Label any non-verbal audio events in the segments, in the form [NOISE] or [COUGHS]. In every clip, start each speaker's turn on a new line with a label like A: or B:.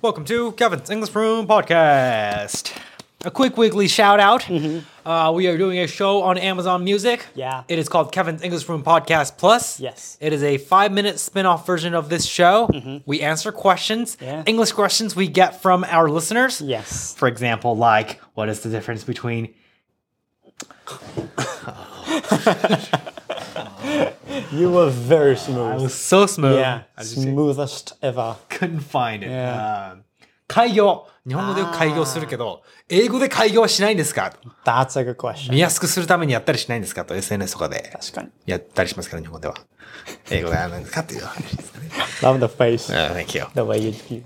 A: Welcome to Kevin's English Room Podcast. A quick weekly shout out. Uh, we are doing a show on Amazon Music.
B: Mm-hmm. Yeah.
A: It is called Kevin's English Room Podcast Plus.
B: Yes. Mm-hmm.
A: It is a five minute spin off version of this show. We answer questions,
B: Yeah.
A: English questions we get from our listeners.
B: Yes.
A: For example, like, what is the difference between.
B: You were very smooth.
A: It was so smooth.
B: yeah.
A: I just
B: Smoothest ever.
A: couldn't find it. Um,
B: Yeah. Ah.
A: うん開業。日本語でよく開業するけど、英語で開業はしないんですか
B: That's a good question.
A: 見やすくするためにやったりしないんですかと SNS とかで
B: 確かに。
A: やったりしますから、日本では。英語であなんですかっていう話ですかね。 [LAUGHS]
B: Love the face.
A: Uh, thank you.
B: The way you do.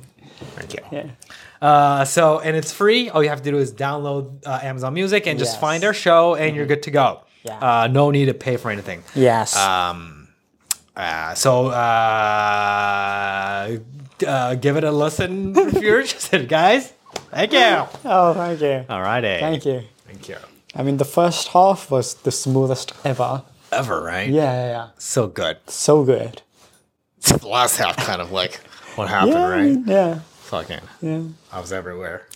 A: Thank you.
B: Yeah.
A: Uh, so, and it's free. All you have to do is download uh, Amazon Music and just
B: Yes. Mm-hmm.
A: find our show, and you're good to go.
B: Yeah.
A: Uh, no need to pay for anything.
B: Yes.
A: Um, uh, so, uh, uh, give it a listen if
B: [LAUGHS]
A: you're interested, guys. Thank you.
B: oh, thank you.
A: All righty.
B: Thank you.
A: Thank you.
B: I mean, the first half was the smoothest ever.
A: Ever, right?
B: Yeah, yeah, yeah.
A: So good. [LAUGHS]
B: So good.
A: The last half kind of like what happened,
B: Yeah.
A: right?
B: Yeah.
A: Fucking.
B: Yeah.
A: I was everywhere.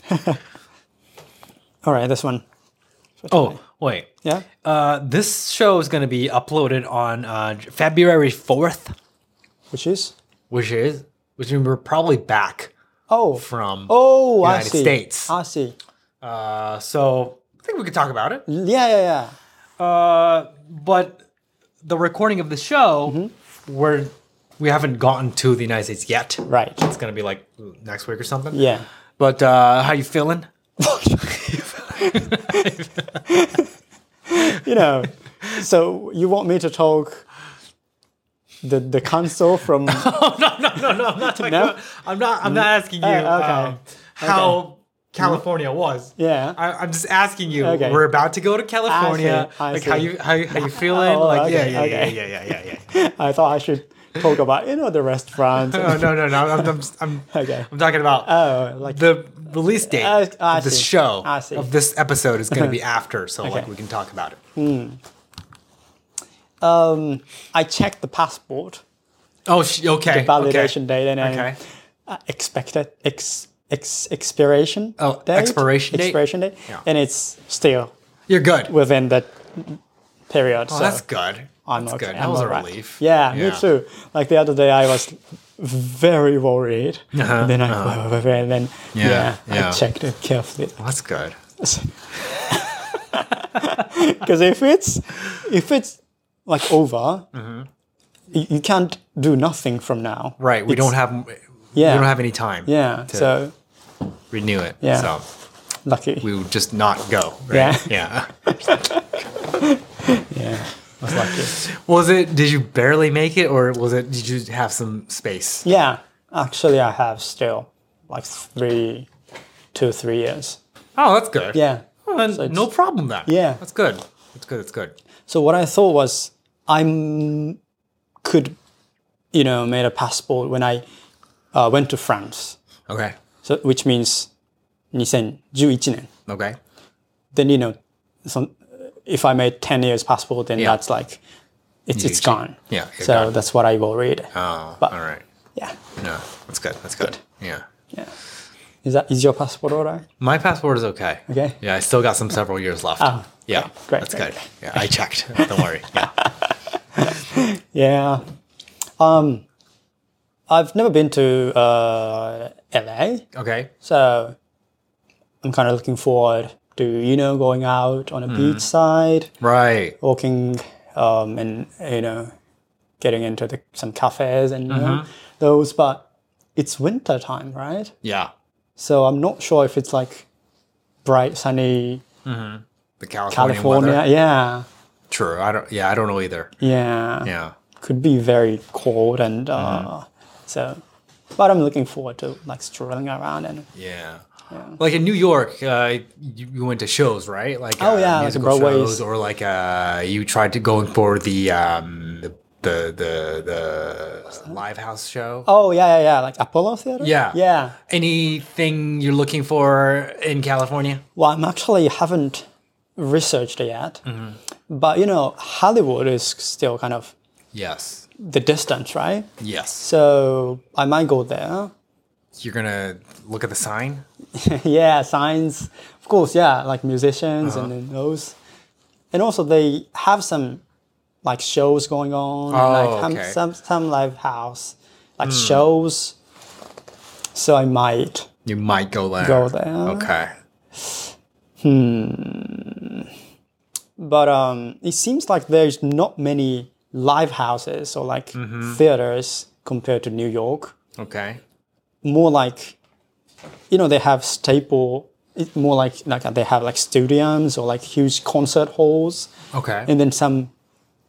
B: All right, this one.
A: Oh, wait.
B: Yeah.
A: Uh, this show is going to be uploaded on uh, February 4th,
B: Which is?
A: which is, which means we're probably back
B: Oh.
A: from.
B: oh, I
A: United
B: see.
A: States.
B: I see.
A: Uh, so I think we could talk about it.
B: Yeah, yeah, yeah.
A: Uh, but the recording of the show,
B: Mm-hmm.
A: we're, we haven't gotten to the United States yet.
B: Right.
A: It's going to be like next week or something.
B: Yeah.
A: But uh, how you feeling?
B: you
A: [LAUGHS]
B: know, so you want me to talk the the console from
A: [LAUGHS]
B: No?
A: I'm not. I'm not asking you
B: Oh, okay.
A: um, how California was.
B: Yeah.
A: I, I'm just asking you.
B: Okay.
A: We're about to go to California.
B: I
A: like how
B: see.
A: you how, you- how you feeling?
B: Oh,
A: like
B: okay,
A: yeah, yeah,
B: okay.
A: yeah, yeah, yeah, yeah, yeah.
B: I thought I should talk about you know the
A: [LAUGHS]
B: restaurants.
A: no, no, no, no. I'm I'm, just, I'm,
B: Okay.
A: I'm talking about
B: oh, like
A: the release date
B: Uh, I
A: of this
B: see.
A: show
B: I see.
A: of this episode is going to
B: [LAUGHS]
A: be after, so like
B: Okay.
A: we can talk about it.
B: um, I checked the passport
A: Oh, sh- okay.
B: validation
A: okay.
B: date and I
A: Okay.
B: uh, expected ex, ex expiration.
A: Oh,
B: date,
A: expiration date?
B: Expiration date,
A: Yeah.
B: and it's still
A: You're good.
B: within that period.
A: Oh,
B: so
A: that's good.
B: I'm
A: that's
B: okay.
A: good. That
B: I'm
A: was a
B: alright.
A: relief.
B: Yeah, me too. Like the other day, I was very worried.
A: Uh-huh,
B: And then I and then
A: Yeah,
B: yeah,
A: yeah.
B: I checked it carefully.
A: Well, that's good.
B: [LAUGHS] Because if it's if it's like over,
A: Mm-hmm.
B: you, you can't do nothing from now.
A: Right. We
B: It's-
A: don't have.
B: Yeah.
A: We don't have any time.
B: Yeah.
A: To
B: So
A: renew it.
B: Yeah.
A: So
B: lucky.
A: we would just not go.
B: Yeah.
A: Right? Yeah. [LAUGHS]
B: yeah. Was lucky.
A: was it? Did you barely make it, or was it? Did you have some space?
B: yeah. Actually, I have still like three, two three years.
A: Oh, that's good.
B: Yeah.
A: Well, then
B: So it's-
A: no problem then.
B: Yeah.
A: That's good. That's good. That's good.
B: So what I thought was I m- could, you know, made a passport when I uh, went to France.
A: Okay.
B: So which means 2011.
A: Okay.
B: Then you know, some, if I made 10 years passport, then
A: Yeah.
B: that's like it's it's
A: Easy.
B: gone.
A: Yeah, you're
B: So
A: gone.
B: that's what I will read.
A: Oh.
B: But-
A: all right.
B: yeah.
A: No, that's good. That's good. Yeah.
B: Yeah. Is that is your passport alright?
A: My passport is okay.
B: Okay.
A: Yeah, I still got some several years left.
B: Oh,
A: yeah.
B: great,
A: That's
B: great,
A: good. Yeah, I checked. [LAUGHS] Don't worry. Yeah.
B: Yeah. Um, I've never been to uh, LA.
A: Okay.
B: So I'm kind of looking forward to, you know, going out on a
A: Mm-hmm.
B: beach side,
A: Right.
B: walking um, and, you know, getting into the, some cafes and you
A: Mm-hmm.
B: know, those. But it's winter time, right?
A: Yeah.
B: So I'm not sure if it's like bright, sunny
A: The California.
B: California.
A: Weather.
B: Yeah.
A: True. I don't. Yeah, I don't know either. Yeah.
B: Yeah.
A: Mm-hmm.
B: Could be very cold and uh, so. But I'm looking forward to like strolling around and
A: Yeah. Like in New York, uh, you, you went to shows, right? Like
B: Oh,
A: uh,
B: yeah, like
A: musical
B: Broadway's.
A: shows, or like uh, you tried to going for the um, the the the, the live house show.
B: oh yeah yeah yeah like Apollo Theater
A: Yeah.
B: yeah
A: Anything you're looking for in California?
B: Well, I'm actually haven't researched it yet,
A: Mm-hmm.
B: but you know, Hollywood is still kind of
A: Yes.
B: the distance, right?
A: Yes.
B: So I might go there.
A: You're gonna look at the sign.
B: [LAUGHS] yeah, signs, of course, yeah, like musicians
A: Uh-huh.
B: and then those. And also, they have some like shows going on, and,
A: Oh,
B: like some-
A: okay. Hmm.
B: some some live house, like shows. So I might
A: You might go there.
B: go there,
A: Okay.
B: but um, it seems like there's not many live houses or like
A: Mm-hmm.
B: theaters compared to New York.
A: Okay.
B: More like, you know, they have staple. It's more like like they have like stadiums or like huge concert halls.
A: Okay.
B: and then some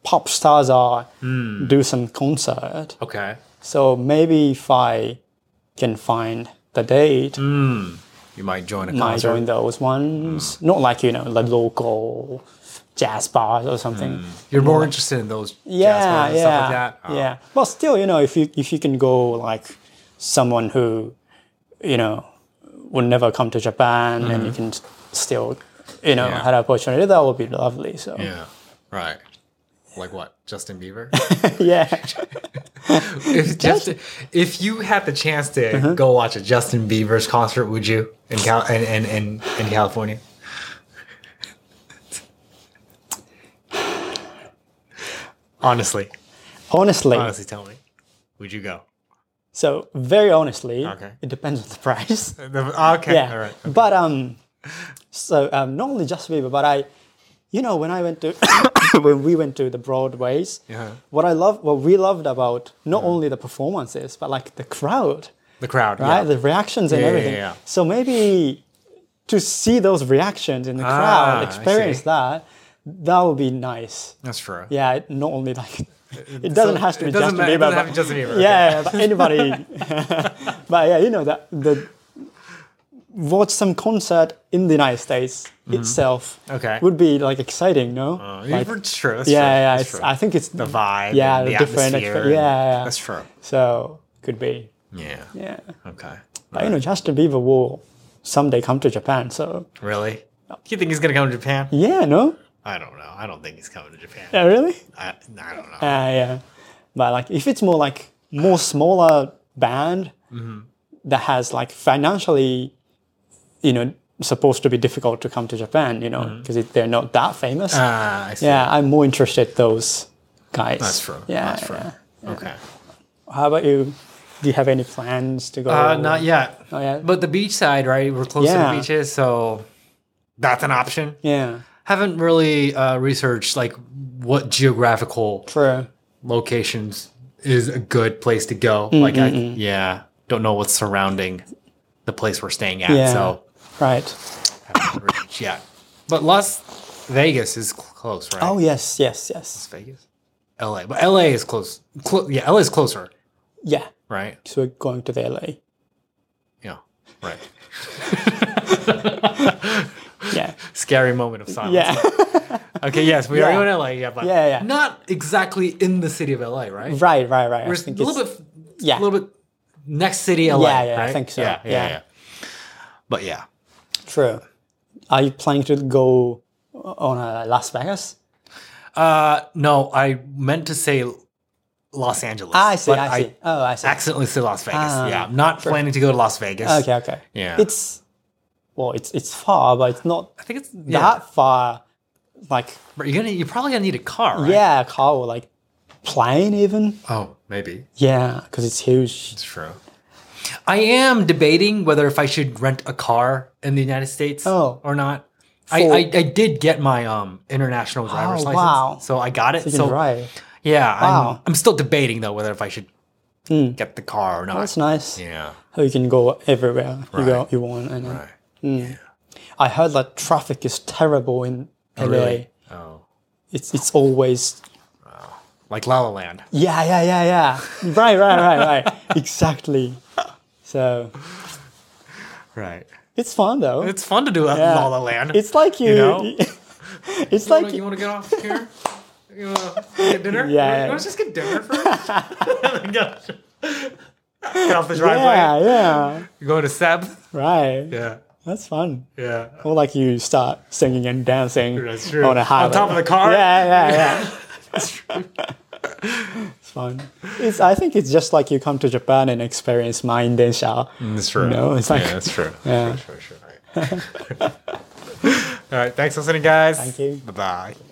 B: pop stars are
A: Hmm.
B: do some concert.
A: okay.
B: So maybe if I can find the date,
A: Hmm, You might join a
B: I
A: concert.
B: join those ones.
A: Hmm.
B: Not like you know the local jazz bars or something.
A: You're more interested in those Hmm. jazz
B: Yeah,
A: bands and
B: yeah,
A: stuff like that. Oh,
B: yeah. But still, you know, if you if you can go like someone who, you know, would never come to Japan, and you can s- still, you know,
A: Hmm. Yeah.
B: had an opportunity, that would be lovely. So
A: Yeah. Right. Like what? Justin Bieber?
B: [LAUGHS] yeah.
A: [LAUGHS] if, Justin, if you had the chance to
B: Uh-huh.
A: go watch a Justin Bieber's concert, would you in Cal- in, in, in, in California? honestly,
B: honestly,
A: honestly, tell me, would you go?
B: So very honestly,
A: Okay.
B: it depends on the
A: [LAUGHS]
B: price.
A: Uh, Okay,
B: yeah,
A: all right.
B: but um, so um, not only just Bieber, but I, you know, when I went to [COUGHS] when we went to the Broadway's,
A: Yeah.
B: what I love, what we loved about not only the performances but like the crowd,
A: The crowd,
B: right?
A: Uh-huh. yeah.
B: The reactions and
A: Yeah, yeah,
B: everything.
A: yeah.
B: So maybe to see those reactions in the
A: Ah, I
B: crowd, experience
A: see.
B: that, that would be nice.
A: That's true.
B: Yeah, it- not only like [LAUGHS] it doesn't have to
A: it
B: be
A: doesn't
B: Justin
A: ma- it
B: Bieber,
A: doesn't have
B: but
A: to be Justin Bieber, okay.
B: yeah, but
A: [LAUGHS]
B: anybody. [LAUGHS] but yeah, you know that the watch some concert in the United States itself
A: Mm-hmm. Okay.
B: would be like exciting, no?
A: Uh,
B: Like,
A: it's true. That's
B: yeah,
A: true.
B: yeah,
A: that's
B: it's,
A: true.
B: I think it's
A: the vibe,
B: yeah,
A: and the,
B: the different
A: atmosphere. and-
B: expe- yeah, yeah.
A: that's true.
B: So could be,
A: Yeah.
B: yeah.
A: Okay.
B: But you know, Justin Bieber will someday come to Japan, so
A: Really? You think he's gonna come to Japan?
B: yeah, no,
A: I don't know. I don't think he's coming to Japan.
B: yeah, really.
A: I, I don't know.
B: Ah, yeah. But like, if it's more like more smaller band
A: Mm-hmm.
B: that has like financially, you know, supposed to be difficult to come to Japan, you know, because they're not that famous.
A: Mm-hmm. Ah, I see.
B: yeah, I'm more interested those guys.
A: That's true.
B: Yeah.
A: That's true.
B: yeah.
A: Okay.
B: How about you? Do you have any plans to go?
A: Uh, not yet.
B: Not yet?
A: But the beach side, right? We're close to
B: Oh, Yeah.
A: the beaches, so that's an option.
B: Yeah.
A: Haven't really uh, researched like what geographical
B: True.
A: locations is a good place to go.
B: Mm,
A: Like, I, yeah, don't know what's surrounding the place we're staying at,
B: Yeah.
A: so
B: Right.
A: haven't researched yet. But Las Vegas is cl- close, right?
B: Oh yes, yes, yes.
A: Las Vegas, LA, but LA is close. Clo- yeah, LA is closer,
B: Yeah.
A: right?
B: So we're going to the LA.
A: Yeah,
B: [LAUGHS]
A: right. [LAUGHS]
B: Yeah.
A: Scary moment of silence.
B: Yeah.
A: Okay, yes, we
B: Yeah.
A: are in LA. Yeah, but
B: Yeah, yeah.
A: not exactly in the city of LA, right?
B: [LAUGHS] right, right, right.
A: We're
B: I
A: a
B: think
A: little
B: it's
A: bit,
B: yeah.
A: a little bit next city LA.
B: Yeah, yeah, I
A: right?
B: think so.
A: Yeah, yeah, yeah.
B: Yeah.
A: But yeah,
B: True. Are you planning to go on uh, Las Vegas?
A: uh, no, I meant to say Los Angeles.
B: Ah, I see.
A: but
B: I see. oh, I see.
A: accidentally said Las Vegas. yeah, I'm not planning to go to Las Vegas.
B: okay, okay.
A: Yeah.
B: It's well, it's it's far, but it's not
A: I think it's yeah.
B: that far. Like
A: But you're gonna, you're probably gonna need a car, right?
B: yeah, car or like plane even.
A: Oh, maybe.
B: Yeah, because it's huge.
A: It's true. I am debating whether if I should rent a car in the United States
B: Oh.
A: or not. I,
B: For-
A: I, I did get my um international driver's
B: Oh,
A: license.
B: wow.
A: So I got it.
B: You
A: so
B: can drive.
A: yeah, I'm,
B: Wow. Hmm.
A: I'm still debating though whether if I should get the car or not.
B: That's nice.
A: Yeah.
B: How you can go everywhere you go
A: Right.
B: you want. And
A: Right.
B: I heard that traffic is terrible in LA.
A: Really? Oh.
B: It's it's always
A: Like La La Land.
B: Yeah, yeah, yeah, yeah. Right, right, [LAUGHS] right, right. exactly. So
A: Right.
B: it's fun though. [LAUGHS] It's,
A: It's fun to do a
B: Yeah.
A: La La Land.
B: like you.
A: know?
B: [LAUGHS] it's
A: you
B: like
A: wanna, you wanna get off
B: [LAUGHS]
A: here? You wanna get dinner?
B: Yeah.
A: You wanna just get dinner first?
B: [LAUGHS]
A: [LAUGHS] get off the driveway.
B: yeah, yeah.
A: You going to Seb?
B: Right.
A: Yeah.
B: That's fun.
A: Yeah.
B: Or like you start singing and dancing
A: That's true.
B: on a
A: On
B: highway.
A: [LAUGHS] top of the car?
B: Yeah, yeah, yeah. It's fine. It's, I think it's just like you come to Japan and experience Main Densha.
A: That's true.
B: No, it's like-
A: yeah, that's true.
B: [LAUGHS]
A: [LAUGHS]
B: Yeah.
A: That's true, true, true. All right. All right. Thanks for listening, guys.
B: Thank you.
A: Bye bye.